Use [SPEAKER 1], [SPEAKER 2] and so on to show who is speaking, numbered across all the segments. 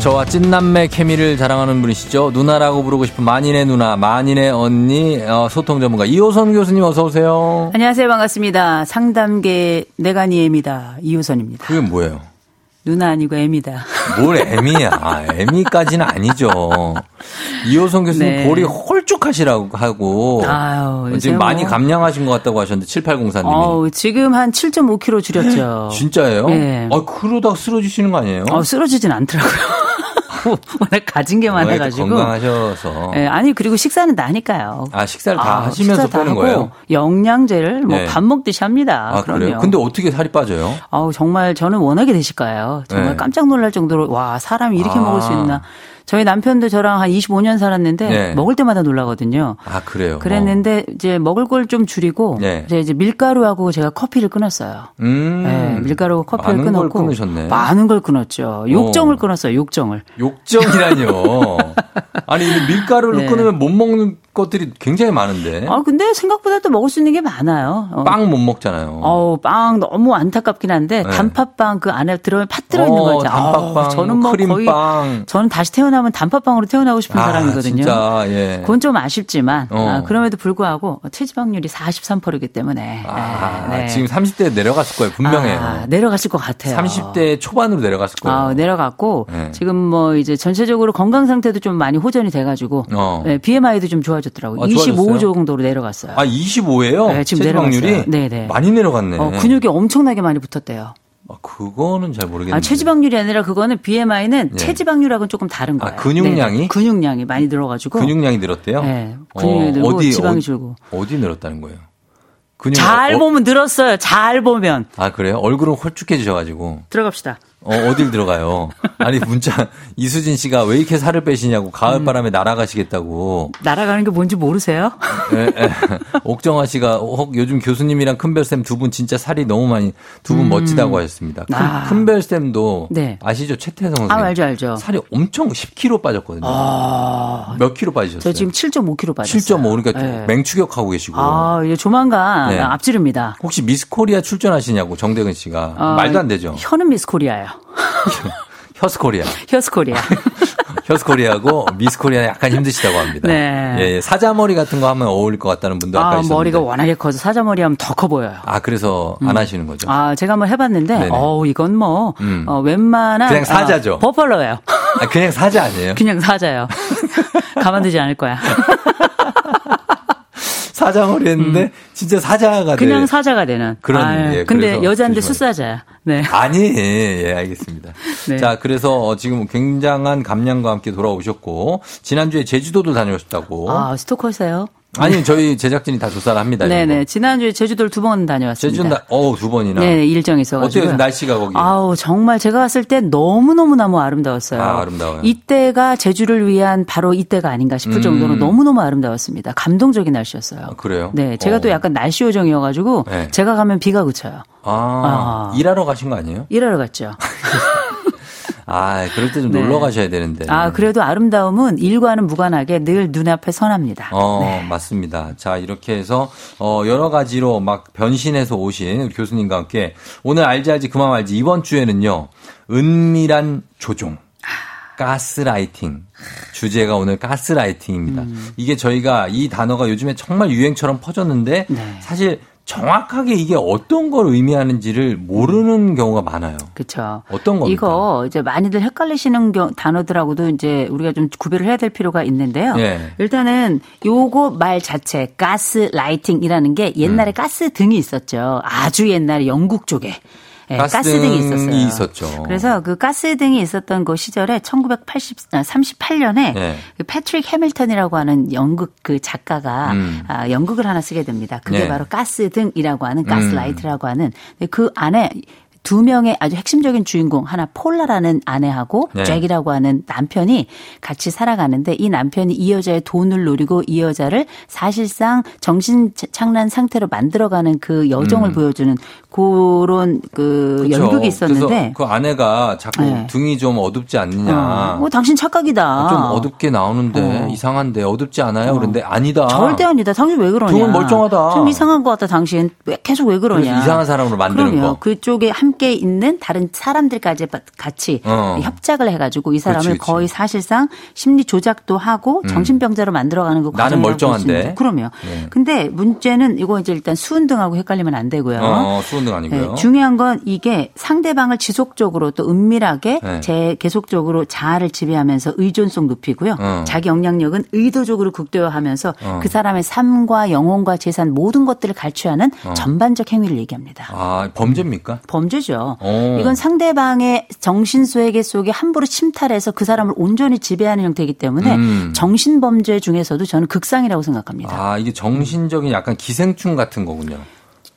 [SPEAKER 1] 저와 찐남매 케미를 자랑하는 분이시죠. 누나라고 부르고 싶은 만인의 누나, 만인의 언니, 어, 소통 전문가 이호선 교수님 어서 오세요.
[SPEAKER 2] 안녕하세요. 반갑습니다. 상담계 내간이 애미다. 이효선입니다.
[SPEAKER 1] 그게 뭐예요?
[SPEAKER 2] 누나 아니고 애미다.
[SPEAKER 1] 뭘 애미야. 애미까지는 아니죠. 이호성 교수님
[SPEAKER 2] 네.
[SPEAKER 1] 볼이 홀쭉하시라고 하고 어,
[SPEAKER 2] 아유, 요새
[SPEAKER 1] 지금 많이
[SPEAKER 2] 뭐.
[SPEAKER 1] 감량하신 것 같다고 하셨는데 7804님이
[SPEAKER 2] 어우, 지금 한 7.5kg 줄였죠.
[SPEAKER 1] 진짜예요?
[SPEAKER 2] 네.
[SPEAKER 1] 아 그러다 쓰러지시는 거 아니에요?
[SPEAKER 2] 어, 쓰러지진 않더라고요. 워낙 가진 게
[SPEAKER 1] 워낙에
[SPEAKER 2] 많아가지고.
[SPEAKER 1] 건강하셔서
[SPEAKER 2] 예, 아니 그리고 식사는 나니까요.
[SPEAKER 1] 아, 식사를 다 하시면서
[SPEAKER 2] 식사 다
[SPEAKER 1] 빼는
[SPEAKER 2] 하고
[SPEAKER 1] 거예요?
[SPEAKER 2] 영양제를 뭐
[SPEAKER 1] 네.
[SPEAKER 2] 밥 먹듯이 합니다.
[SPEAKER 1] 아
[SPEAKER 2] 그럼요.
[SPEAKER 1] 그래요? 근데 어떻게 살이 빠져요?
[SPEAKER 2] 아우 정말 저는 워낙에 되실 거예요. 정말
[SPEAKER 1] 네.
[SPEAKER 2] 깜짝 놀랄 정도로 와 사람이 이렇게
[SPEAKER 1] 아.
[SPEAKER 2] 먹을 수 있나. 저희 남편도 저랑 한 25년 살았는데
[SPEAKER 1] 네.
[SPEAKER 2] 먹을 때마다 놀라거든요.
[SPEAKER 1] 아 그래요.
[SPEAKER 2] 그랬는데 이제 먹을 걸 좀 줄이고
[SPEAKER 1] 네.
[SPEAKER 2] 이제, 이제 밀가루하고 제가 커피를 끊었어요.
[SPEAKER 1] 어. 음.
[SPEAKER 2] 네, 밀가루 커피를
[SPEAKER 1] 많은 걸
[SPEAKER 2] 끊었고 아.
[SPEAKER 1] 끊으셨네.
[SPEAKER 2] 많은 걸 끊었죠. 욕정을 끊었어요. 욕정을.
[SPEAKER 1] 욕정이라뇨. 아니 이 밀가루를
[SPEAKER 2] 네.
[SPEAKER 1] 끊으면 못 먹는 것들이 굉장히 많은데
[SPEAKER 2] 아 근데 생각보다 또 먹을 수 있는 게 많아요. 어,
[SPEAKER 1] 네? 빵 못 먹잖아요.
[SPEAKER 2] 어우, 빵 너무 안타깝긴 한데
[SPEAKER 1] 네.
[SPEAKER 2] 단팥빵 그 안에 들어면 팥 들어 있는
[SPEAKER 1] 어,
[SPEAKER 2] 거 있잖아요.
[SPEAKER 1] 단팥빵,
[SPEAKER 2] 아우, 저는 뭐
[SPEAKER 1] 크림빵.
[SPEAKER 2] 거의 저는 다시 태어나면 단팥빵으로 태어나고 싶은
[SPEAKER 1] 아,
[SPEAKER 2] 사람이거든요.
[SPEAKER 1] 진짜 예.
[SPEAKER 2] 그건 좀 아쉽지만
[SPEAKER 1] 어.
[SPEAKER 2] 아, 그럼에도 불구하고 체지방률이 43%이기 때문에
[SPEAKER 1] 아,
[SPEAKER 2] 네, 네.
[SPEAKER 1] 지금 30대 내려갔을 거예요. 분명해요.
[SPEAKER 2] 아, 내려갔을 것 같아요.
[SPEAKER 1] 30대 초반으로 내려갔을 거예요.
[SPEAKER 2] 아, 내려갔고
[SPEAKER 1] 네.
[SPEAKER 2] 지금 뭐 이제 전체적으로 건강 상태도 좀 많이 호전이 돼가지고
[SPEAKER 1] 어.
[SPEAKER 2] 네, BMI도 좀 좋아졌더라고요.
[SPEAKER 1] 아,
[SPEAKER 2] 25
[SPEAKER 1] 좋아졌어요?
[SPEAKER 2] 정도로 내려갔어요.
[SPEAKER 1] 아, 25예요?
[SPEAKER 2] 네, 지금
[SPEAKER 1] 체지방률이
[SPEAKER 2] 내려갔어요. 네, 네.
[SPEAKER 1] 많이 내려갔네.
[SPEAKER 2] 어, 근육이 엄청나게 많이 붙었대요.
[SPEAKER 1] 아, 그거는 잘 모르겠는데.
[SPEAKER 2] 아, 체지방률이 아니라 그거는 BMI는
[SPEAKER 1] 네.
[SPEAKER 2] 체지방률하고는 조금 다른
[SPEAKER 1] 아,
[SPEAKER 2] 거예요.
[SPEAKER 1] 근육량이?
[SPEAKER 2] 네, 근육량이 많이 들어가지고
[SPEAKER 1] 근육량이 늘었대요? 어,
[SPEAKER 2] 그 네, 근육이 늘고 지방이 줄고.
[SPEAKER 1] 어디 늘었다는 거예요? 근육
[SPEAKER 2] 잘
[SPEAKER 1] 어,
[SPEAKER 2] 보면 늘었어요. 잘 보면
[SPEAKER 1] 아, 그래요? 얼굴은 홀쭉해지셔 가지고.
[SPEAKER 2] 들어갑시다.
[SPEAKER 1] 어, 어딜 들어가요? 아니, 문자 이수진 씨가 왜 이렇게 살을 빼시냐고 가을 바람에 날아가시겠다고.
[SPEAKER 2] 날아가는 게 뭔지 모르세요?
[SPEAKER 1] 예, 예. 옥정아 씨가 어, 혹 요즘 교수님이랑 큰별쌤 두 분 진짜 살이 너무 많이 두 분 멋지다고 하셨습니다. 큰,
[SPEAKER 2] 음. 아.
[SPEAKER 1] 큰별쌤도
[SPEAKER 2] 네.
[SPEAKER 1] 아시죠? 최태성 선생님.
[SPEAKER 2] 아, 알죠, 알죠.
[SPEAKER 1] 살이 엄청 10kg 빠졌거든요. 몇 킬로 빠지셨어요?
[SPEAKER 2] 저 지금 7.5kg 빠졌어요.
[SPEAKER 1] 7.5 그러니까
[SPEAKER 2] 네.
[SPEAKER 1] 맹추격하고 계시고.
[SPEAKER 2] 아, 이제 조만간
[SPEAKER 1] 네.
[SPEAKER 2] 앞지릅니다.
[SPEAKER 1] 혹시 미스코리아 출전하시냐고 정대근 씨가
[SPEAKER 2] 아,
[SPEAKER 1] 말도 안 되죠.
[SPEAKER 2] 혀는 미스코리아예요.
[SPEAKER 1] 혀스코리아,
[SPEAKER 2] 혀스코리아.
[SPEAKER 1] 혀스코리아고 미스코리아 약간 힘드시다고 합니다.
[SPEAKER 2] 네.
[SPEAKER 1] 예, 예. 사자머리 같은 거 하면 어울릴 것 같다는 분도 아까
[SPEAKER 2] 아,
[SPEAKER 1] 계셨는데.
[SPEAKER 2] 머리가 워낙에 커서 사자머리 하면 더 커 보여요.
[SPEAKER 1] 아 그래서 안 하시는 거죠.
[SPEAKER 2] 아, 제가 한번 해봤는데,
[SPEAKER 1] 네네.
[SPEAKER 2] 어우, 이건 뭐,
[SPEAKER 1] 음.
[SPEAKER 2] 어, 웬만한.
[SPEAKER 1] 그냥 사자죠.
[SPEAKER 2] 아, 버팔로예요
[SPEAKER 1] 아, 그냥 사자 아니에요?
[SPEAKER 2] 그냥 사자요. 가만두지 않을 거야.
[SPEAKER 1] 사자머리 했는데 진짜 사자가
[SPEAKER 2] 음. 그냥
[SPEAKER 1] 될-
[SPEAKER 2] 사자가 되는.
[SPEAKER 1] 네. 그런,
[SPEAKER 2] 아유,
[SPEAKER 1] 예,
[SPEAKER 2] 근데
[SPEAKER 1] 그래서
[SPEAKER 2] 여자인데
[SPEAKER 1] 조심하세요.
[SPEAKER 2] 숫사자야. 네.
[SPEAKER 1] 아니 예, 예, 알겠습니다.
[SPEAKER 2] 네.
[SPEAKER 1] 자 그래서 어, 지금 굉장한 감량과 함께 돌아오셨고 지난주에 제주도도 다녀오셨다고.
[SPEAKER 2] 아, 스토커세요?
[SPEAKER 1] 아니 저희 제작진이 다 조사를 합니다. 이런
[SPEAKER 2] 네네.
[SPEAKER 1] 거.
[SPEAKER 2] 지난주에 제주도를 두 번 다녀왔습니다.
[SPEAKER 1] 뭐. 제주도 나- 어우 두 번이나.
[SPEAKER 2] 네, 일정이 있어가지고.
[SPEAKER 1] 어때요 날씨가 거기?
[SPEAKER 2] 아우 정말 제가 갔을 때 너무 너무 너무 아름다웠어요.
[SPEAKER 1] 아, 아름다워요. 음.
[SPEAKER 2] 이때가 제주를 위한 바로 이때가 아닌가 싶을 정도로 너무 너무 아름다웠습니다. 감동적인 날씨였어요.
[SPEAKER 1] 아, 그래요?
[SPEAKER 2] 네, 제가
[SPEAKER 1] 어.
[SPEAKER 2] 또 약간 날씨 요정이어가지고
[SPEAKER 1] 네.
[SPEAKER 2] 제가 가면 비가 그쳐요.
[SPEAKER 1] 아,
[SPEAKER 2] 아.
[SPEAKER 1] 일하러 가신 거 아니에요?
[SPEAKER 2] 일하러 갔죠.
[SPEAKER 1] 아 그럴 때 좀
[SPEAKER 2] 네.
[SPEAKER 1] 놀러 가셔야 되는데.
[SPEAKER 2] 아 그래도 아름다움은 일과는 무관하게 늘 눈앞에 선합니다.
[SPEAKER 1] 어,
[SPEAKER 2] 네.
[SPEAKER 1] 맞습니다. 자, 이렇게 해서, 어, 여러 가지로 막 변신해서 오신 우리 교수님과 함께 오늘 알지 알지 그만 알지 이번 주에는요, 은밀한 조종. 가스라이팅. 주제가 오늘
[SPEAKER 2] 음.
[SPEAKER 1] 가스라이팅입니다. 이게 저희가 이 단어가 요즘에 정말 유행처럼 퍼졌는데
[SPEAKER 2] 네.
[SPEAKER 1] 사실 정확하게 이게 어떤 걸 의미하는지를 모르는 경우가 많아요.
[SPEAKER 2] 그렇죠.
[SPEAKER 1] 어떤 겁니까?
[SPEAKER 2] 이거 이제 많이들 헷갈리시는 겨- 단어들하고도 이제 우리가 좀 구별을 해야 될 필요가 있는데요.
[SPEAKER 1] 예.
[SPEAKER 2] 일단은 요거 말 자체 가스 라이팅이라는 게
[SPEAKER 1] 음.
[SPEAKER 2] 옛날에 가스 등이 있었죠. 아주 옛날에 영국 쪽에. 예, 가스등이 있었어요.
[SPEAKER 1] 가스등이 있었죠.
[SPEAKER 2] 그래서 그 가스등이 있었던 그 시절에 1938년에
[SPEAKER 1] 예.
[SPEAKER 2] 그 패트릭 해밀턴이라고 하는 연극 그 작가가
[SPEAKER 1] 음.
[SPEAKER 2] 아, 연극을 하나 쓰게 됩니다. 그게
[SPEAKER 1] 예.
[SPEAKER 2] 바로 가스등이라고 하는
[SPEAKER 1] 음.
[SPEAKER 2] 가스라이트라고 하는 근데 그 안에 두 명의 아주 핵심적인 주인공 하나 폴라라는 아내하고
[SPEAKER 1] 네.
[SPEAKER 2] 잭이라고 하는 남편이 같이 살아가는데 이 남편이 이 여자의 돈을 노리고 이 여자를 사실상 정신 착란 상태로 만들어가는 그 여정을 보여주는 그런 그
[SPEAKER 1] 음. 그렇죠.
[SPEAKER 2] 연극이 있었는데
[SPEAKER 1] 그래서 그 아내가 자꾸
[SPEAKER 2] 네.
[SPEAKER 1] 등이 좀 어둡지 않느냐.
[SPEAKER 2] 어, 어, 당신 착각이다.
[SPEAKER 1] 좀 어둡게 나오는데
[SPEAKER 2] 어.
[SPEAKER 1] 이상한데 어둡지 않아요? 그런데 아니다.
[SPEAKER 2] 절대 아니다. 당신 왜 그러냐?
[SPEAKER 1] 등은 멀쩡하다.
[SPEAKER 2] 좀 이상한 것 같다. 당신 왜 계속 왜 그러냐?
[SPEAKER 1] 그래서 이상한 사람으로 만드는
[SPEAKER 2] 그럼요.
[SPEAKER 1] 거.
[SPEAKER 2] 그쪽에 함께 있는 다른 사람들까지 바- 같이
[SPEAKER 1] 어.
[SPEAKER 2] 협작을 해가지고 이 사람을
[SPEAKER 1] 그렇지, 그렇지. 음.
[SPEAKER 2] 거의 사실상 심리 조작도 하고 정신병자로 만들어가는 그
[SPEAKER 1] 나는
[SPEAKER 2] 과정이라고 볼수
[SPEAKER 1] 멀쩡한데.
[SPEAKER 2] 있는데. 그럼요.
[SPEAKER 1] 네.
[SPEAKER 2] 근데 문제는 이거 이제 일단 수은등하고 헷갈리면 안 되고요.
[SPEAKER 1] 어, 수은등 아니고요.
[SPEAKER 2] 네, 중요한 건 이게 상대방을 지속적으로 또 은밀하게
[SPEAKER 1] 네.
[SPEAKER 2] 제 계속적으로 자아를 지배하면서 의존성 높이고요.
[SPEAKER 1] 어.
[SPEAKER 2] 자기 영향력은 의도적으로 극대화하면서
[SPEAKER 1] 어.
[SPEAKER 2] 그 사람의 삶과 영혼과 재산 모든 것들을 갈취하는 전반적 행위를 얘기합니다.
[SPEAKER 1] 어. 아, 범죄입니까?
[SPEAKER 2] 범죄죠.
[SPEAKER 1] 어.
[SPEAKER 2] 이건 상대방의 정신수에게 속에 함부로 침탈해서 그 사람을 온전히 지배하는 형태이기 때문에
[SPEAKER 1] 음.
[SPEAKER 2] 정신범죄 중에서도 저는 극상이라고 생각합니다.
[SPEAKER 1] 아, 이게 정신적인 약간 기생충 같은 거군요.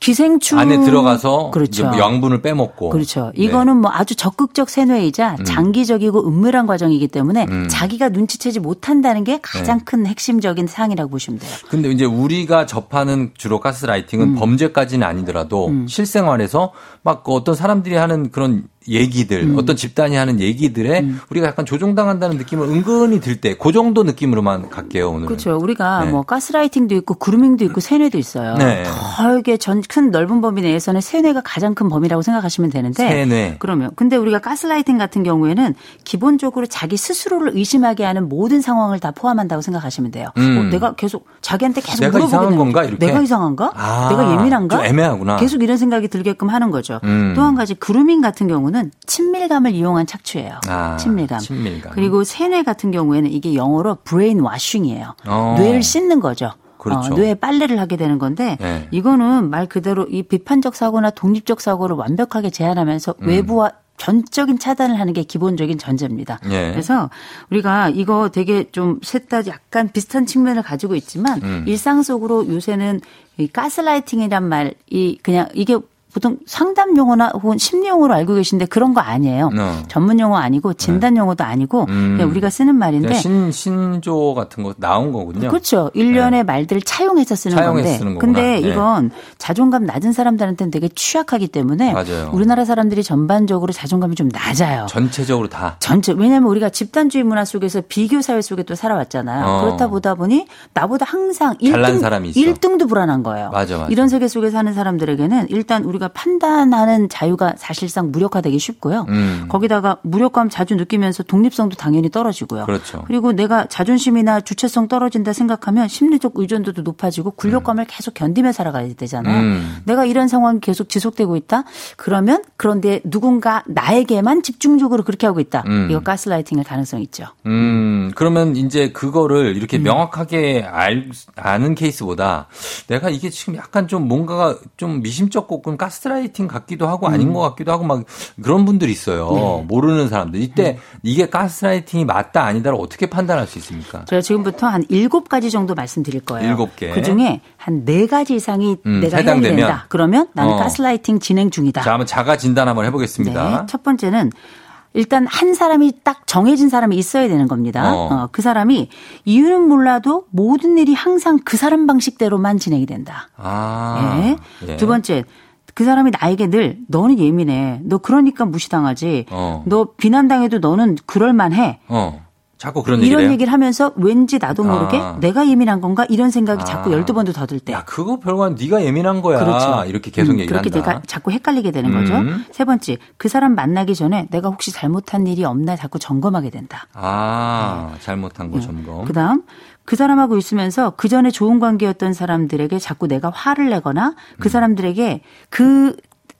[SPEAKER 2] 기생충
[SPEAKER 1] 안에 들어가서
[SPEAKER 2] 그렇죠.
[SPEAKER 1] 이제 양분을 빼먹고.
[SPEAKER 2] 그렇죠.
[SPEAKER 1] 네. 음.
[SPEAKER 2] 이거는 뭐 아주 적극적 세뇌이자 장기적이고 은밀한 과정이기 때문에 자기가 눈치채지 못한다는 게
[SPEAKER 1] 네.
[SPEAKER 2] 가장 큰 핵심적인 사항이라고 보시면 돼요.
[SPEAKER 1] 근데 이제 우리가 접하는 주로
[SPEAKER 2] 음.
[SPEAKER 1] 가스라이팅은 범죄까지는 아니더라도 실생활에서 막그 어떤 사람들이 하는 그런 얘기들,
[SPEAKER 2] 음.
[SPEAKER 1] 어떤 집단이 하는 얘기들에 우리가 약간 조종당한다는 느낌을 은근히 들 때, 그 정도 느낌으로만 갈게요, 오늘.
[SPEAKER 2] 그렇죠. 우리가
[SPEAKER 1] 네.
[SPEAKER 2] 뭐 가스라이팅도 있고 그루밍도 있고 세뇌도 있어요.
[SPEAKER 1] 네.
[SPEAKER 2] 덜게 전 큰 넓은 범위 내에서는 세뇌가 가장 큰 범위라고 생각하시면 되는데
[SPEAKER 1] 세뇌.
[SPEAKER 2] 네. 그러면 근데 우리가 가스라이팅 같은 경우에는 기본적으로 자기 스스로를 의심하게 하는 모든 상황을 다 포함한다고 생각하시면 돼요.
[SPEAKER 1] 음.
[SPEAKER 2] 어, 내가 계속 자기한테 계속
[SPEAKER 1] 내가
[SPEAKER 2] 물어보게
[SPEAKER 1] 이상한
[SPEAKER 2] 되는
[SPEAKER 1] 건가?
[SPEAKER 2] 거죠.
[SPEAKER 1] 이렇게?
[SPEAKER 2] 내가 이상한가?
[SPEAKER 1] 아,
[SPEAKER 2] 내가 예민한가?
[SPEAKER 1] 좀 애매하구나.
[SPEAKER 2] 계속 이런 생각이 들게끔 하는 거죠.
[SPEAKER 1] 음.
[SPEAKER 2] 또 한 가지 그루밍 같은 경우는 친밀감을 이용한 착취예요.
[SPEAKER 1] 아,
[SPEAKER 2] 친밀감.
[SPEAKER 1] 친밀감.
[SPEAKER 2] 그리고 세뇌 같은 경우에는 이게 영어로 브레인 와싱이에요.
[SPEAKER 1] 어.
[SPEAKER 2] 뇌를 씻는 거죠.
[SPEAKER 1] 그렇죠.
[SPEAKER 2] 뇌에 빨래를 하게 되는 건데
[SPEAKER 1] 네.
[SPEAKER 2] 이거는 말 그대로 이 비판적 사고나 독립적 사고를 완벽하게 제한하면서
[SPEAKER 1] 음.
[SPEAKER 2] 외부와 전적인 차단을 하는 게 기본적인 전제입니다.
[SPEAKER 1] 예.
[SPEAKER 2] 그래서 우리가 이거 되게 좀 셋 다 약간 비슷한 측면을 가지고 있지만
[SPEAKER 1] 음.
[SPEAKER 2] 일상 속으로 요새는 이 가스라이팅이란 말이 그냥 이게 보통 상담 용어나 혹은 심리 용어로 알고 계신데 그런 거 아니에요.
[SPEAKER 1] 어. 네. 음.
[SPEAKER 2] 전문 용어 아니고 진단 용어도 아니고 그냥 우리가 쓰는
[SPEAKER 1] 그냥
[SPEAKER 2] 말인데
[SPEAKER 1] 신, 신조 같은 거 나온 거군요. 네.
[SPEAKER 2] 그렇죠. 일련의 말들을 차용해서 쓰는
[SPEAKER 1] 차용해서
[SPEAKER 2] 건데.
[SPEAKER 1] 쓰는 거구나.
[SPEAKER 2] 근데
[SPEAKER 1] 네.
[SPEAKER 2] 이건 자존감 낮은 사람들한테는 되게 취약하기 때문에
[SPEAKER 1] 맞아요.
[SPEAKER 2] 우리나라 사람들이 전반적으로 자존감이 좀 낮아요.
[SPEAKER 1] 전체적으로 다.
[SPEAKER 2] 전체 왜냐하면 우리가 집단주의 문화 속에서 비교 사회 속에 또 살아왔잖아요.
[SPEAKER 1] 어.
[SPEAKER 2] 그렇다 보다 보니 나보다 항상
[SPEAKER 1] 잘난
[SPEAKER 2] 1등
[SPEAKER 1] 사람이 있어.
[SPEAKER 2] 1등도 불안한 거예요.
[SPEAKER 1] 맞아, 맞아.
[SPEAKER 2] 이런 세계 속에 사는 사람들에게는 일단 우리가 판단하는 자유가 사실상 무력화되기 쉽고요.
[SPEAKER 1] 음.
[SPEAKER 2] 거기다가 무력감 자주 느끼면서 독립성도 당연히 떨어지고요.
[SPEAKER 1] 그렇죠.
[SPEAKER 2] 그리고 내가 자존심이나 주체성 떨어진다 생각하면 심리적 의존도도 높아지고 굴욕감을 계속 견디며 살아가야 되잖아요.
[SPEAKER 1] 음.
[SPEAKER 2] 내가 이런 상황이 계속 지속되고 있다? 그러면 그런데 누군가 나에게만 집중적으로 그렇게 하고 있다.
[SPEAKER 1] 음.
[SPEAKER 2] 이거 가스라이팅일 가능성이 있죠.
[SPEAKER 1] 음, 그러면 이제 그거를
[SPEAKER 2] 음.
[SPEAKER 1] 이렇게 명확하게 알, 아는 케이스보다 내가 이게 지금 약간 좀 뭔가가 좀 미심쩍고 좀 가스라이팅 같기도 하고
[SPEAKER 2] 음.
[SPEAKER 1] 아닌 것 같기도 하고 막 그런 분들이 있어요.
[SPEAKER 2] 네.
[SPEAKER 1] 모르는 사람들. 이때
[SPEAKER 2] 음.
[SPEAKER 1] 이게 가스라이팅이 맞다 아니다를 어떻게 판단할 수 있습니까?
[SPEAKER 2] 제가 지금부터 한 일곱 가지 정도 말씀드릴 거예요.
[SPEAKER 1] 일곱 개.
[SPEAKER 2] 그 중에 한 네 가지 이상이
[SPEAKER 1] 음,
[SPEAKER 2] 내가 해당이
[SPEAKER 1] 해당되면.
[SPEAKER 2] 된다. 그러면 나는
[SPEAKER 1] 어.
[SPEAKER 2] 가스라이팅 진행 중이다.
[SPEAKER 1] 자, 한번 자가 진단 한번 해보겠습니다.
[SPEAKER 2] 네. 첫 번째는 일단 한 사람이 딱 정해진 사람이 있어야 되는 겁니다.
[SPEAKER 1] 어.
[SPEAKER 2] 어, 그 사람이 이유는 몰라도 모든 일이 항상 그 사람 방식대로만 진행이 된다.
[SPEAKER 1] 아.
[SPEAKER 2] 예.
[SPEAKER 1] 예.
[SPEAKER 2] 두 번째. 그 사람이 나에게 늘 너는 예민해. 너 그러니까 무시당하지.
[SPEAKER 1] 어.
[SPEAKER 2] 너 비난당해도 너는 그럴 만해.
[SPEAKER 1] 어. 자꾸 그런 얘기를
[SPEAKER 2] 이런
[SPEAKER 1] 해요?
[SPEAKER 2] 얘기를 하면서 왠지 나도 모르게
[SPEAKER 1] 아.
[SPEAKER 2] 내가 예민한 건가 이런 생각이
[SPEAKER 1] 아.
[SPEAKER 2] 자꾸 열두 번도 더 들 때.
[SPEAKER 1] 야, 그거 별거 아니 네가 예민한 거야. 그러니까 이렇게 계속
[SPEAKER 2] 네. 음,
[SPEAKER 1] 얘기를
[SPEAKER 2] 그렇게
[SPEAKER 1] 한다.
[SPEAKER 2] 내가 자꾸 헷갈리게 되는 거죠.
[SPEAKER 1] 음.
[SPEAKER 2] 세 번째, 그 사람 만나기 전에 내가 혹시 잘못한 일이 없나 자꾸 점검하게 된다. 음.
[SPEAKER 1] 아, 잘못한 거 점검.
[SPEAKER 2] 그다음 그 사람하고 있으면서 그 전에 좋은 관계였던 사람들에게 자꾸 내가 화를 내거나
[SPEAKER 1] 음.
[SPEAKER 2] 그 사람들에게 그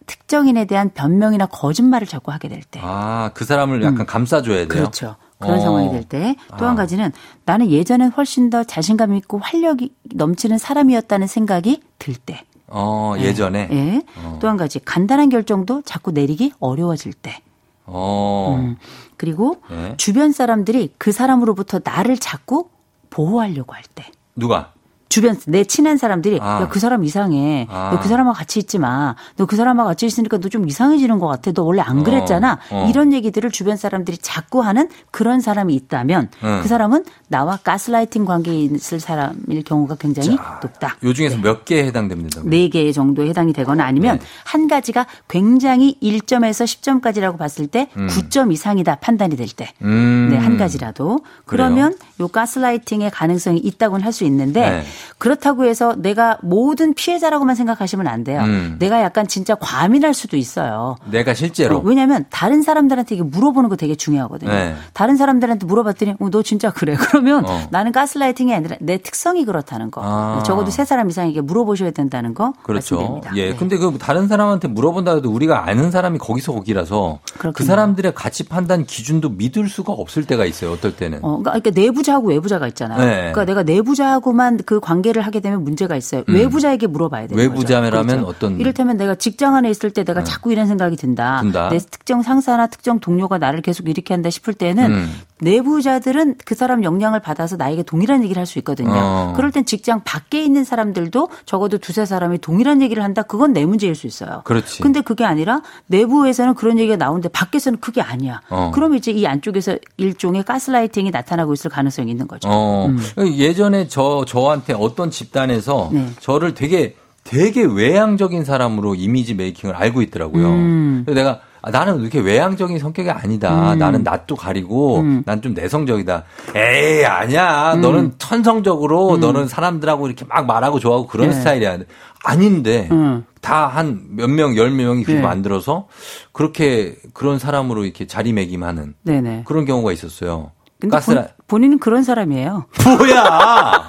[SPEAKER 2] 특정인에 대한 변명이나 거짓말을 자꾸 하게 될 때.
[SPEAKER 1] 아, 그 사람을 약간 감싸줘야 돼요.
[SPEAKER 2] 음. 그렇죠. 그런
[SPEAKER 1] 어.
[SPEAKER 2] 상황이 될 때 또 한
[SPEAKER 1] 아.
[SPEAKER 2] 가지는 나는 예전엔 훨씬 더 자신감 있고 활력이 넘치는 사람이었다는 생각이 들 때.
[SPEAKER 1] 어, 예전에.
[SPEAKER 2] 예.
[SPEAKER 1] 어.
[SPEAKER 2] 또 한 가지 간단한 결정도 자꾸 내리기 어려워질 때.
[SPEAKER 1] 어.
[SPEAKER 2] 음. 그리고
[SPEAKER 1] 예.
[SPEAKER 2] 주변 사람들이 그 사람으로부터 나를 자꾸 보호하려고 할 때.
[SPEAKER 1] 누가?
[SPEAKER 2] 주변 내 친한 사람들이
[SPEAKER 1] 아.
[SPEAKER 2] 야 그 사람 이상해.
[SPEAKER 1] 아.
[SPEAKER 2] 너 그 사람하고 같이 있지 마. 너 그 사람하고 같이 있으니까 너 좀 이상해지는 것 같아. 너 원래 안 그랬잖아.
[SPEAKER 1] 어, 어.
[SPEAKER 2] 이런 얘기들을 주변 사람들이 자꾸 하는 그런 사람이 있다면
[SPEAKER 1] 음.
[SPEAKER 2] 그 사람은 나와 가스라이팅 관계에 있을 사람일 경우가 굉장히 높다. 예.
[SPEAKER 1] 요 중에서 몇 개에 해당됩니다.
[SPEAKER 2] 네 개 정도에 해당이 되거나 아니면
[SPEAKER 1] 네.
[SPEAKER 2] 한 가지가 굉장히 1점에서 10점까지라고 봤을 때 9점 이상이다 판단이 될 때.
[SPEAKER 1] 음.
[SPEAKER 2] 네, 한 가지라도. 그러면 요 가스라이팅의 가능성이 있다고는 할 수 있는데
[SPEAKER 1] 네.
[SPEAKER 2] 그렇다고 해서 내가 모든 피해자라고만 생각하시면 안 돼요.
[SPEAKER 1] 음.
[SPEAKER 2] 내가 약간 진짜 과민할 수도 있어요.
[SPEAKER 1] 내가 실제로.
[SPEAKER 2] 왜냐하면 다른 사람들한테 이게 물어보는 거 되게 중요하거든요.
[SPEAKER 1] 네.
[SPEAKER 2] 다른 사람들한테 물어봤더니 어, 너 진짜 그래. 그러면
[SPEAKER 1] 어.
[SPEAKER 2] 나는 가스라이팅이 아니라 내 특성이 그렇다는 거.
[SPEAKER 1] 아.
[SPEAKER 2] 적어도 세 사람 이상에게 물어보셔야 된다는 거
[SPEAKER 1] 그렇죠.
[SPEAKER 2] 말씀드립니다.
[SPEAKER 1] 예.
[SPEAKER 2] 네.
[SPEAKER 1] 근데 그 다른 사람한테 물어본다 해도 우리가 아는 사람이 거기서 거기라서 그
[SPEAKER 2] 그렇군요.
[SPEAKER 1] 사람들의 가치 판단 기준도 믿을 수가 없을 때가 있어요. 어떨 때는.
[SPEAKER 2] 어, 그러니까 그러니까 내부자하고 외부자가 있잖아요.
[SPEAKER 1] 네.
[SPEAKER 2] 그러니까 내가 내부자하고만 그 관계를 하게 되면 문제가 있어요. 외부자에게 물어봐야 되는
[SPEAKER 1] 음. 외부자라면
[SPEAKER 2] 거죠. 그렇죠?
[SPEAKER 1] 어떤- 음.
[SPEAKER 2] 이를테면 내가 직장 안에 있을 때 내가 자꾸 이런 생각이 든다.
[SPEAKER 1] 든다.
[SPEAKER 2] 내 특정 상사나 특정 동료가 나를 계속 이렇게 한다 싶을 때는
[SPEAKER 1] 음.
[SPEAKER 2] 내부자들은 그 사람 영향을 받아서 나에게 동일한 얘기를 할 수 있거든요.
[SPEAKER 1] 어.
[SPEAKER 2] 그럴 땐 직장 밖에 있는 사람들도 적어도 두세 사람이 동일한 얘기를 한다. 그건 내 문제일 수 있어요.
[SPEAKER 1] 그렇지.
[SPEAKER 2] 근데 그게 아니라 내부에서는 그런 얘기가 나오는데 밖에서는 그게 아니야.
[SPEAKER 1] 어.
[SPEAKER 2] 그럼 이제 이 안쪽에서 일종의 가스라이팅이 나타나고 있을 가능성이 있는 거죠. 음.
[SPEAKER 1] 어. 예전에 저 저한테 어떤 집단에서
[SPEAKER 2] 네.
[SPEAKER 1] 저를 되게 되게 외향적인 사람으로 이미지 메이킹을 알고 있더라고요.
[SPEAKER 2] 음.
[SPEAKER 1] 그래서 내가 아, 나는 이렇게 외향적인 성격이 아니다. 나는 낯도 가리고
[SPEAKER 2] 음.
[SPEAKER 1] 난 좀 내성적이다. 에이 아니야. 너는 천성적으로 너는 사람들하고 이렇게 막 말하고 좋아하고 그런
[SPEAKER 2] 음. 네.
[SPEAKER 1] 스타일이야. 아닌데
[SPEAKER 2] 음.
[SPEAKER 1] 다 한 몇 명, 열 명이 그렇게
[SPEAKER 2] 네.
[SPEAKER 1] 만들어서 그렇게 그런 사람으로 이렇게 자리매김하는
[SPEAKER 2] 네네.
[SPEAKER 1] 그런 경우가 있었어요.
[SPEAKER 2] 근데
[SPEAKER 1] 가스라
[SPEAKER 2] 본, 본인은 그런 사람이에요.
[SPEAKER 1] 뭐야?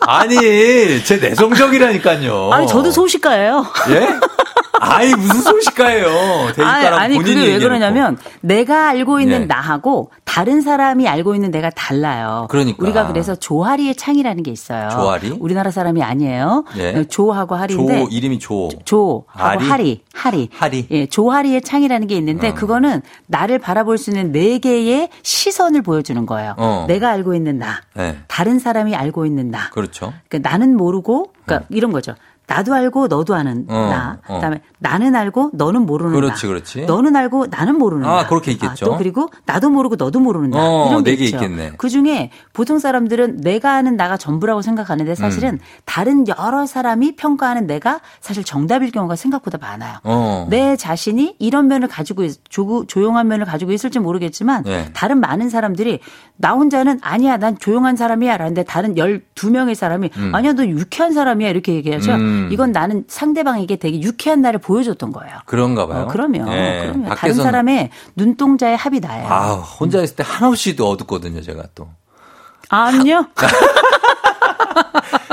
[SPEAKER 1] 아니, 제 내성적이라니까요.
[SPEAKER 2] 아니 저도 소식가예요.
[SPEAKER 1] 예? 아니, 무슨 소식가예요.
[SPEAKER 2] 아니,
[SPEAKER 1] 대립가랑
[SPEAKER 2] 아니,
[SPEAKER 1] 본인이
[SPEAKER 2] 그게 왜
[SPEAKER 1] 얘기해놓고.
[SPEAKER 2] 그러냐면 내가 알고 있는
[SPEAKER 1] 예.
[SPEAKER 2] 나하고 다른 사람이 알고 있는 내가 달라요.
[SPEAKER 1] 그러니까.
[SPEAKER 2] 우리가 그래서 조화리의 창이라는 게 있어요.
[SPEAKER 1] 조화리?
[SPEAKER 2] 우리나라 사람이 아니에요. 네,
[SPEAKER 1] 예.
[SPEAKER 2] 조하고
[SPEAKER 1] 조,
[SPEAKER 2] 하리인데
[SPEAKER 1] 이름이 조.
[SPEAKER 2] 조하고
[SPEAKER 1] 아리?
[SPEAKER 2] 하리, 하리.
[SPEAKER 1] 하리. 어.
[SPEAKER 2] 예, 조하리의 창이라는 게 있는데 그거는 나를 바라볼 수 있는 네 개의 시선을 보여주는 거예요.
[SPEAKER 1] 어.
[SPEAKER 2] 내가 알고 있는 나,
[SPEAKER 1] 네.
[SPEAKER 2] 다른 사람이 알고 있는 나.
[SPEAKER 1] 그렇죠.
[SPEAKER 2] 그러니까 나는 모르고 그러니까 이런 거죠. 나도 알고 너도 아는
[SPEAKER 1] 어,
[SPEAKER 2] 나.
[SPEAKER 1] 어.
[SPEAKER 2] 그다음에 나는 알고 너는 모르는
[SPEAKER 1] 그렇지,
[SPEAKER 2] 나.
[SPEAKER 1] 그렇지.
[SPEAKER 2] 음, 너는 알고 나는 모르는
[SPEAKER 1] 아,
[SPEAKER 2] 나.
[SPEAKER 1] 그렇게 있겠죠.
[SPEAKER 2] 또 그리고 나도 모르고 너도 모르는 나.
[SPEAKER 1] 어,
[SPEAKER 2] 이런 게
[SPEAKER 1] 네개
[SPEAKER 2] 있죠.
[SPEAKER 1] 있겠네.
[SPEAKER 2] 그중에 보통 사람들은 내가 아는 나가 전부라고 생각하는데 사실은
[SPEAKER 1] 음.
[SPEAKER 2] 다른 여러 사람이 평가하는 내가 사실 정답일 경우가 생각보다 많아요.
[SPEAKER 1] 어.
[SPEAKER 2] 내 자신이 이런 면을 가지고 있- 조, 조용한 면을 가지고 있을지 모르겠지만
[SPEAKER 1] 네.
[SPEAKER 2] 다른 많은 사람들이 나 혼자는 아니야 난 조용한 사람이야 라는데 다른 12명의 사람이 아니야 너 유쾌한 사람이야 이렇게 얘기하죠.
[SPEAKER 1] 음.
[SPEAKER 2] 이건 나는 상대방에게 되게 유쾌한 나를 보여줬던 거예요.
[SPEAKER 1] 그런가 봐요.
[SPEAKER 2] 어, 그럼요.
[SPEAKER 1] 예,
[SPEAKER 2] 그럼요. 다른
[SPEAKER 1] 밖에서는-
[SPEAKER 2] 사람의 눈동자의 합이 나예요.
[SPEAKER 1] 아, 혼자 있을 때 한없이도 어둡거든요, 제가 또.
[SPEAKER 2] 아니요.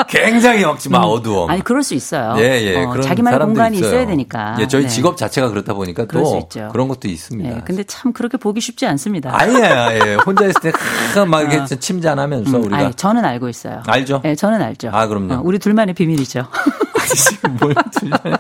[SPEAKER 1] 굉장히 막지 마, 어두워.
[SPEAKER 2] 음, 아니 그럴 수 있어요.
[SPEAKER 1] 예, 예.
[SPEAKER 2] 어,
[SPEAKER 1] 그런
[SPEAKER 2] 자기만의
[SPEAKER 1] 사람들이
[SPEAKER 2] 공간이 있어야
[SPEAKER 1] 있어요.
[SPEAKER 2] 되니까.
[SPEAKER 1] 예, 저희
[SPEAKER 2] 네.
[SPEAKER 1] 직업 자체가 그렇다 보니까
[SPEAKER 2] 그럴 수
[SPEAKER 1] 또
[SPEAKER 2] 있죠.
[SPEAKER 1] 그런 것도 있습니다.
[SPEAKER 2] 예, 근데 참 그렇게 보기 쉽지 않습니다.
[SPEAKER 1] 아니야, 예. 혼자 있을 때, 캬, 막 이렇게 침잔하면서 우리가.
[SPEAKER 2] 아. 음, 아니, 저는 알고 있어요.
[SPEAKER 1] 알죠?
[SPEAKER 2] 예, 저는 알죠.
[SPEAKER 1] 아, 그럼요.
[SPEAKER 2] 어, 우리 둘만의 비밀이죠.
[SPEAKER 1] 지금 뭘 들려요?
[SPEAKER 2] 네.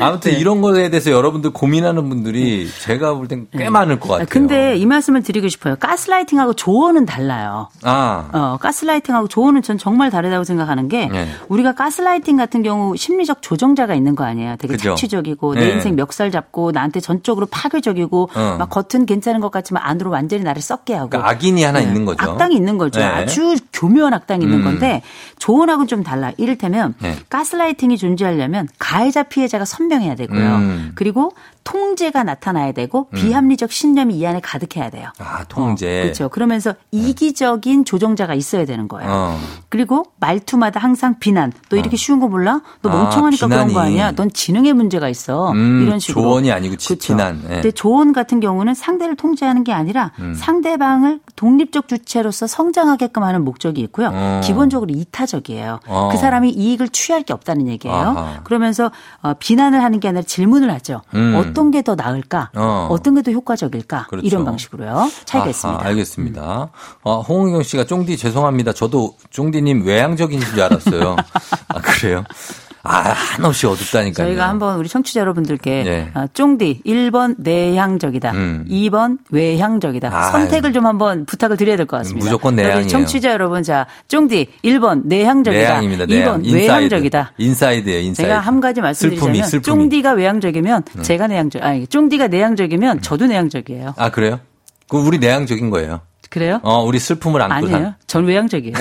[SPEAKER 1] 아무튼 이런 거에 대해서 여러분들 고민하는 분들이 제가 볼 땐 꽤 많을 것 같아요.
[SPEAKER 2] 네. 근데 이 말씀을 드리고 싶어요. 가스라이팅하고 조언은 달라요.
[SPEAKER 1] 아,
[SPEAKER 2] 어, 가스라이팅하고 조언은 전 정말 다르다고 생각하는 게
[SPEAKER 1] 네.
[SPEAKER 2] 우리가 가스라이팅 같은 경우 심리적 조정자가 있는 거 아니에요. 되게
[SPEAKER 1] 그죠.
[SPEAKER 2] 착취적이고 내
[SPEAKER 1] 네.
[SPEAKER 2] 인생 멱살 잡고 나한테 전적으로 파괴적이고
[SPEAKER 1] 어.
[SPEAKER 2] 막 겉은 괜찮은 것 같지만 안으로 완전히 나를 썩게 하고
[SPEAKER 1] 그러니까 악인이 하나 있는 거죠.
[SPEAKER 2] 뭐, 네. 악당이 있는 거죠.
[SPEAKER 1] 네.
[SPEAKER 2] 아주 교묘한 악당이 있는
[SPEAKER 1] 음.
[SPEAKER 2] 건데 조언하고는 좀 달라. 이를테면
[SPEAKER 1] 네.
[SPEAKER 2] 가스라이팅이 존재하려면 가해자 피해자가 선명해야 되고요.
[SPEAKER 1] 음.
[SPEAKER 2] 그리고 통제가 나타나야 되고 비합리적 신념이 이 안에 가득해야 돼요.
[SPEAKER 1] 아, 통제.
[SPEAKER 2] 그렇죠. 그러면서 이기적인 조정자가 있어야 되는 거예요.
[SPEAKER 1] 네. 어.
[SPEAKER 2] 그리고 말투마다 항상 비난. 너 이렇게 쉬운 거 몰라? 너
[SPEAKER 1] 아,
[SPEAKER 2] 멍청하니까 그런 거
[SPEAKER 1] 비난이.
[SPEAKER 2] 아니야? 넌 지능의 문제가 있어.
[SPEAKER 1] 음,
[SPEAKER 2] 이런 식으로.
[SPEAKER 1] 조언이 아니고 지-
[SPEAKER 2] 그렇죠.
[SPEAKER 1] 비난. 예.
[SPEAKER 2] 음. 근데 조언 같은 경우는 상대를 통제하는 게 아니라 상대방을 독립적 주체로서 성장하게끔 하는 목적이 있고요. 어. 기본적으로 이타적이에요. 어. 그 사람이 이익을 취할 게 없다는 얘기예요. 아하. 그러면서 어, 비난을 하는 게 아니라 질문을 하죠. 음. 어떤 게 더 나을까? 어. 떤 게 더 효과적일까? 그렇죠. 이런 방식으로요. 차이가 아하. 있습니다.
[SPEAKER 1] 알겠습니다. 음. 홍은경 씨가 쫑디 죄송합니다. 저도 쫑디님 외향적인 줄 알았어요. 아, 그래요? 아, 한없이 어둡다니까요.
[SPEAKER 2] 저희가 한번 우리 청취자 여러분들께 네. 아, 쫑디 1번 내향적이다. 음. 2번 외향적이다. 아, 선택을 아유. 좀 한번 부탁을 드려야 될 것 같습니다.
[SPEAKER 1] 무조건 내향이에요.
[SPEAKER 2] 청취자 여러분 자, 쫑디 1번 내향적이다.
[SPEAKER 1] 내향입니다.
[SPEAKER 2] 2번
[SPEAKER 1] 인사이드.
[SPEAKER 2] 외향적이다.
[SPEAKER 1] 인사이드예요, 인사이드.
[SPEAKER 2] 제가 한 가지 말씀드리자면 슬픔이, 슬픔이. 쫑디가 외향적이면 음. 제가 내향적 아니, 쫑디가 내향적이면 음. 저도 내향적이에요.
[SPEAKER 1] 아, 그래요? 그 우리 내향적인 거예요.
[SPEAKER 2] 그래요?
[SPEAKER 1] 어, 우리 슬픔을 안고
[SPEAKER 2] 아니에요. 산. 전 외향적이에요.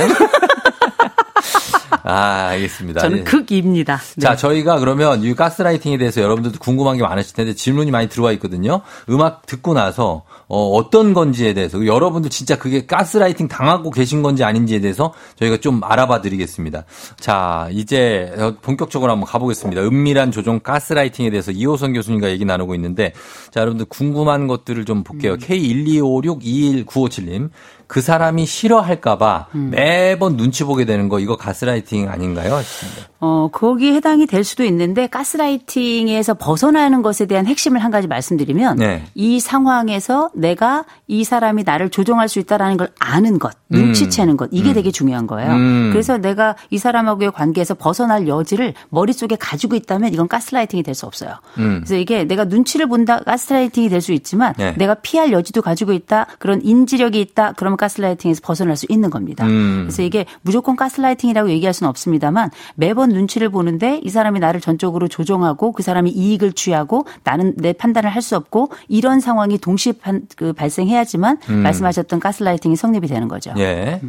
[SPEAKER 1] 아, 알겠습니다.
[SPEAKER 2] 저는 극입니다.
[SPEAKER 1] 네. 자, 저희가 그러면 이 가스라이팅에 대해서 여러분들도 궁금한 게 많으실 텐데 질문이 많이 들어와 있거든요. 음악 듣고 나서 어, 떤 건지에 대해서 여러분들 진짜 그게 가스라이팅 당하고 계신 건지 아닌지에 대해서 저희가 좀 알아봐 드리겠습니다. 자, 이제 본격적으로 한번 가보겠습니다. 은밀한 조종 가스라이팅에 대해서 이호선 교수님과 얘기 나누고 있는데 자, 여러분들 궁금한 것들을 좀 볼게요. 음. K125621957님. 그 사람이 싫어할까봐 음. 매번 눈치 보게 되는 거 이거 가스라이팅 아닌가요? 하십니다.
[SPEAKER 2] 어 거기에 해당이 될 수도 있는데 가스라이팅에서 벗어나는 것에 대한 핵심을 한 가지 말씀드리면 네. 이 상황에서 내가 이 사람이 나를 조종할 수 있다라는 걸 아는 것, 눈치채는 것 이게 음. 되게 중요한 거예요. 음. 그래서 내가 이 사람하고의 관계에서 벗어날 여지를 머릿속에 가지고 있다면 이건 가스라이팅이 될 수 없어요. 그래서 이게 내가 눈치를 본다 가스라이팅이 될 수 있지만 음. 네. 내가 피할 여지도 가지고 있다 그런 인지력이 있다 그러면 가스라이팅에서 벗어날 수 있는 겁니다. 음. 그래서 이게 무조건 가스라이팅이라고 얘기할 수는 없습니다만 매번 눈치를 보는데 이 사람이 나를 전적으로 조종하고 그 사람이 이익을 취하고 나는 내 판단을 할 수 없고 이런 상황이 동시에 그 발생해야지만 음. 말씀하셨던 가스라이팅이 성립이 되는 거죠.
[SPEAKER 1] 예.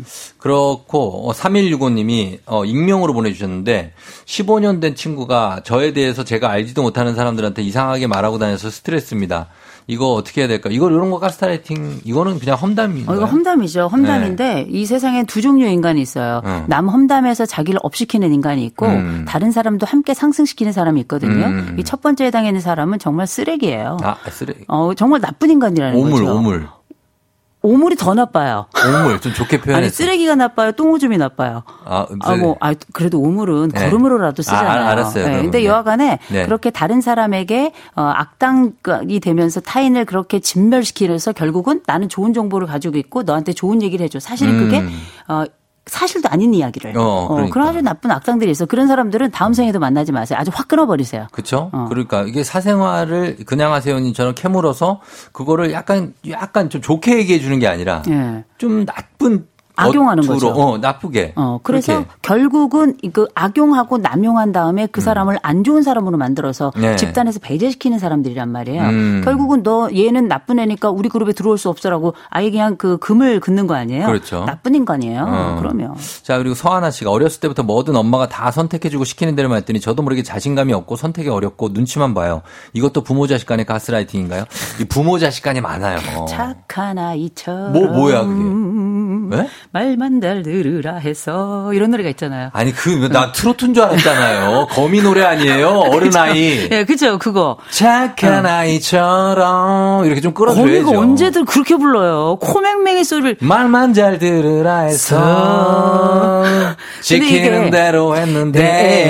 [SPEAKER 1] 그렇고 3165님이 어, 익명으로 보내주셨는데 15년 된 친구가 저에 대해서 제가 알지도 못하는 사람들한테 이상하게 말하고 다녀서 스트레스입니다. 이거 어떻게 해야 될까? 이거 이런 거 가스라이팅 이거는 그냥 험담인가요?
[SPEAKER 2] 어, 이거 험담이죠. 험담인데 네. 이 세상에 두 종류의 인간이 있어요. 음. 남 험담에서 자기를 업시키는 인간이 있고 음. 다른 사람도 함께 상승시키는 사람이 있거든요. 음. 이첫 번째 해당해 있는 사람은 정말 쓰레기예요.
[SPEAKER 1] 아, 쓰레기.
[SPEAKER 2] 어, 정말 나쁜 인간이라는
[SPEAKER 1] 오물,
[SPEAKER 2] 거죠.
[SPEAKER 1] 오물.
[SPEAKER 2] 오물이 더 나빠요.
[SPEAKER 1] 오물 좀 좋게 표현해.
[SPEAKER 2] 아니 쓰레기가 나빠요. 똥오줌이 나빠요.
[SPEAKER 1] 아,
[SPEAKER 2] 아 뭐, 아, 그래도 오물은 네. 걸음으로라도 쓰잖아요.
[SPEAKER 1] 아, 알았어요.
[SPEAKER 2] 네. 근데 여하간에 네. 그렇게 다른 사람에게 어, 악당이 되면서 타인을 그렇게 진멸시키면서 결국은 나는 좋은 정보를 가지고 있고 너한테 좋은 얘기를 해줘. 사실 음. 그게 어. 사실도 아닌 이야기를.
[SPEAKER 1] 어, 그러니까.
[SPEAKER 2] 어, 그런 아주 나쁜 악당들이 있어. 그런 사람들은 다음 생에도 만나지 마세요. 아주 확 끊어버리세요.
[SPEAKER 1] 그렇죠. 어. 그러니까 이게 사생활을 그냥 하세요님처럼 캐물어서 그거를 약간 약간 좀 좋게 얘기해 주는 게 아니라 네. 좀 나쁜
[SPEAKER 2] 예. 악용하는 거죠.
[SPEAKER 1] 어, 나쁘게.
[SPEAKER 2] 어, 그래서 그렇게. 결국은 그 악용하고 남용한 다음에 그 사람을 음. 안 좋은 사람으로 만들어서 네. 집단에서 배제시키는 사람들이란 말이에요. 음. 결국은 너 얘는 나쁜 애니까 우리 그룹에 들어올 수 없어라고 아예 그냥 그 금을 긋는 거 아니에요?
[SPEAKER 1] 그렇죠. 어.
[SPEAKER 2] 나쁜 인간이에요. 음. 그러면.
[SPEAKER 1] 자, 그리고 서하나 씨가 어렸을 때부터 뭐든 엄마가 다 선택해주고 시키는 대로만 했더니 저도 모르게 자신감이 없고 선택이 어렵고 눈치만 봐요. 이것도 부모 자식 간의 가스라이팅인가요? 이 부모 자식 간이 많아요. 어.
[SPEAKER 2] 착한 아이처럼. 음,
[SPEAKER 1] 뭐, 뭐야, 그게. 네?
[SPEAKER 2] 말만 잘 들으라 해서 이런 노래가 있잖아요.
[SPEAKER 1] 아니 그나 응. 트로트인 줄 알았잖아요. 거미 노래 아니에요. 어른 아이.
[SPEAKER 2] 예, 네, 그죠 그거.
[SPEAKER 1] 착한 응. 아이처럼 이렇게 좀 끌어줘야죠.
[SPEAKER 2] 어. 거미가 언제든 그렇게 불러요. 코맹맹이 소리를
[SPEAKER 1] 말만 잘 들으라 해서 시키는 대로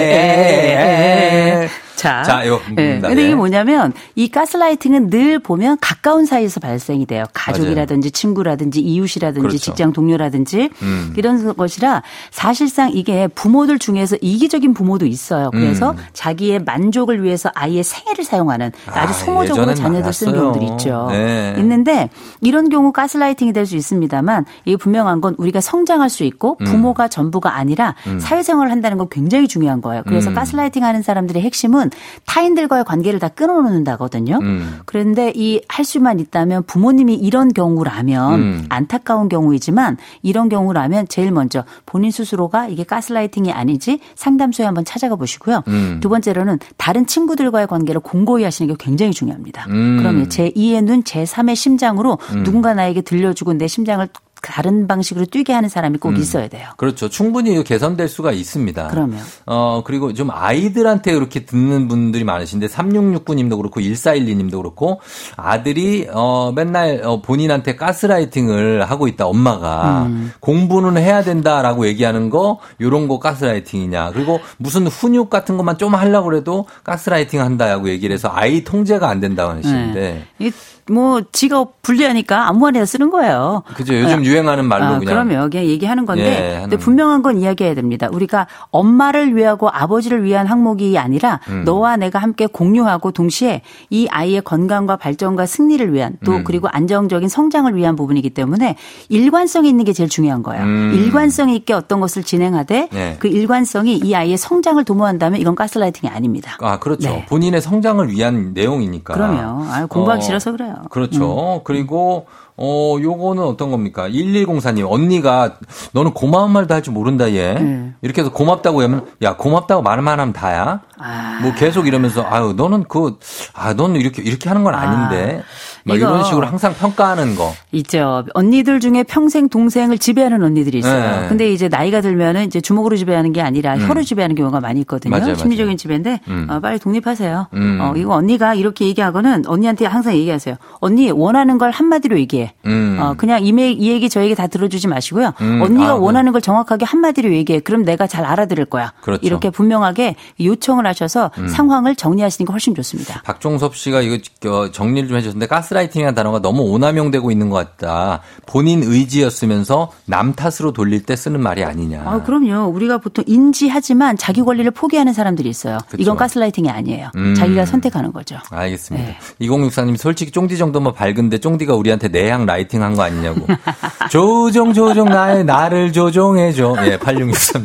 [SPEAKER 1] 했는데.
[SPEAKER 2] 네. 자,
[SPEAKER 1] 자 이거
[SPEAKER 2] 네. 근데 이게 뭐냐면 이 가스라이팅은 늘 보면 가까운 사이에서 발생이 돼요. 가족이라든지 맞아요. 친구라든지 이웃이라든지 그렇죠. 직장 동료라든지 음. 이런 것이라 사실상 이게 부모들 중에서 이기적인 부모도 있어요. 그래서 음. 자기의 만족을 위해서 아이의 생애를 사용하는 아주 소모적으로 아, 자녀들 쓰는 경우들이 있죠. 네. 있는데 이런 경우 가스라이팅이 될 수 있습니다만 이게 분명한 건 우리가 성장할 수 있고 부모가 음. 전부가 아니라 사회생활을 한다는 건 굉장히 중요한 거예요. 그래서 가스라이팅 하는 사람들의 핵심은 타인들과의 관계를 다 끊어놓는다거든요. 음. 그런데 이 할 수만 있다면 부모님이 이런 경우라면 음. 안타까운 경우이지만 이런 경우라면 제일 먼저 본인 스스로가 이게 가스라이팅이 아닌지 상담소에 한번 찾아가 보시고요. 음. 두 번째로는 다른 친구들과의 관계를 공고히 하시는 게 굉장히 중요합니다. 그러면 제 2의 눈, 제 3의 심장으로 누군가 나에게 들려주고 내 심장을 다른 방식으로 뛰게 하는 사람이 꼭 있어야 돼요.
[SPEAKER 1] 그렇죠. 충분히 이거 개선될 수가 있습니다.
[SPEAKER 2] 그럼요.
[SPEAKER 1] 어, 그리고 좀 아이들한테 그렇게 듣는 분들이 많으신데, 3669님도 그렇고, 1412님도 그렇고, 아들이, 어, 맨날 어, 본인한테 가스라이팅을 하고 있다, 엄마가.
[SPEAKER 2] 음.
[SPEAKER 1] 공부는 해야 된다라고 얘기하는 거, 요런 거 가스라이팅이냐. 그리고 무슨 훈육 같은 것만 좀 하려고 해도 가스라이팅 한다라고 얘기를 해서 아이 통제가 안 된다고 하시는데.
[SPEAKER 2] 이 뭐, 지가 불리하니까 아무 말이나 쓰는 거예요.
[SPEAKER 1] 그죠. 요즘 유행하는 말로
[SPEAKER 2] 아,
[SPEAKER 1] 그냥.
[SPEAKER 2] 그럼요. 그냥 얘기하는 건데
[SPEAKER 1] 예, 하는
[SPEAKER 2] 근데 분명한 건 이야기해야 됩니다. 우리가 엄마를 위하고 아버지를 위한 항목이 아니라
[SPEAKER 1] 음.
[SPEAKER 2] 너와 내가 함께 공유하고 동시에 이 아이의 건강과 발전과 승리를 위한 또
[SPEAKER 1] 음.
[SPEAKER 2] 그리고 안정적인 성장을 위한 부분이기 때문에 일관성이 있는 게 제일 중요한 거예요.
[SPEAKER 1] 음.
[SPEAKER 2] 일관성이 있게 어떤 것을 진행하되
[SPEAKER 1] 네.
[SPEAKER 2] 그 일관성이 이 아이의 성장을 도모한다면 이건 가스라이팅이 아닙니다.
[SPEAKER 1] 아, 그렇죠.
[SPEAKER 2] 네.
[SPEAKER 1] 본인의 성장을 위한 내용이니까.
[SPEAKER 2] 그럼요. 아유, 공부하기
[SPEAKER 1] 어,
[SPEAKER 2] 싫어서 그래요. 음.
[SPEAKER 1] 그렇죠. 그리고 어 요거는 어떤 겁니까? 1104님 언니가 너는 고마운 말도 할 줄 모른다 얘.
[SPEAKER 2] 네.
[SPEAKER 1] 이렇게 해서 고맙다고 하면 야 고맙다고 말만 하면 다야.
[SPEAKER 2] 아.
[SPEAKER 1] 뭐 계속 이러면서 아유 너는 그아 너는 이렇게 이렇게 하는 건 아닌데. 막
[SPEAKER 2] 이거-
[SPEAKER 1] 이런 식으로 항상 평가하는 거.
[SPEAKER 2] 있죠. 언니들 중에 평생 동생을 지배하는 언니들이 있어요.
[SPEAKER 1] 네. 음.
[SPEAKER 2] 근데 이제 나이가 들면은 이제 주먹으로 지배하는 게 아니라 혀로 지배하는 경우가 많이 있거든요.
[SPEAKER 1] 맞아요,
[SPEAKER 2] 심리적인
[SPEAKER 1] 맞아요.
[SPEAKER 2] 지배인데
[SPEAKER 1] 음.
[SPEAKER 2] 어, 빨리 독립하세요.
[SPEAKER 1] 음.
[SPEAKER 2] 어, 이거 언니가 이렇게 얘기하고는 언니한테 항상 얘기하세요. 언니 원하는 걸 한마디로 얘기해.
[SPEAKER 1] 음.
[SPEAKER 2] 어, 그냥 이, 매- 이 얘기 저 얘기 다 들어주지 마시고요.
[SPEAKER 1] 음,
[SPEAKER 2] 언니가
[SPEAKER 1] 아, 그-
[SPEAKER 2] 원하는 걸 정확하게 한마디로 얘기해. 그럼 내가 잘 알아들을 거야.
[SPEAKER 1] 그렇죠. 음.
[SPEAKER 2] 이렇게 분명하게 요청을 하셔서 상황을 정리하시는 게 훨씬 좋습니다.
[SPEAKER 1] 박종섭 씨가 이거 어, 정리를 좀 해주셨는데 가스라이팅이라는 단어가 너무 오남용되고 있는 것 같다. 본인 의지였으면서 남 탓으로 돌릴 때 쓰는 말이 아니냐.
[SPEAKER 2] 아, 그럼요. 우리가 보통 인지하지만 자기 권리를 포기하는 사람들이 있어요.
[SPEAKER 1] 그쵸.
[SPEAKER 2] 이건 가스라이팅이 아니에요.
[SPEAKER 1] 음.
[SPEAKER 2] 자기가 선택하는 거죠.
[SPEAKER 1] 알겠습니다.
[SPEAKER 2] 네.
[SPEAKER 1] 2064님 솔직히 쫑디 정도면 밝은데 쫑디가 우리한테 내향 라이팅 한 거 아니냐고. 조종 조종 나의 나를 조종해 줘. 예, 8663.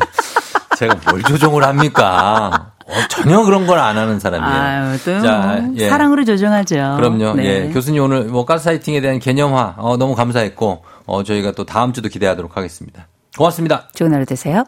[SPEAKER 1] 제가 뭘 조종을 합니까? 어, 전혀 그런 걸 안 하는 사람이에요.
[SPEAKER 2] 아유, 또뭐
[SPEAKER 1] 예.
[SPEAKER 2] 사랑으로 조정하죠.
[SPEAKER 1] 그럼요.
[SPEAKER 2] 네.
[SPEAKER 1] 예. 교수님 오늘 뭐 가스라이팅에 대한 개념화 어, 너무 감사했고 어, 저희가 또 다음 주도 기대하도록 하겠습니다. 고맙습니다.
[SPEAKER 2] 좋은 하루 되세요.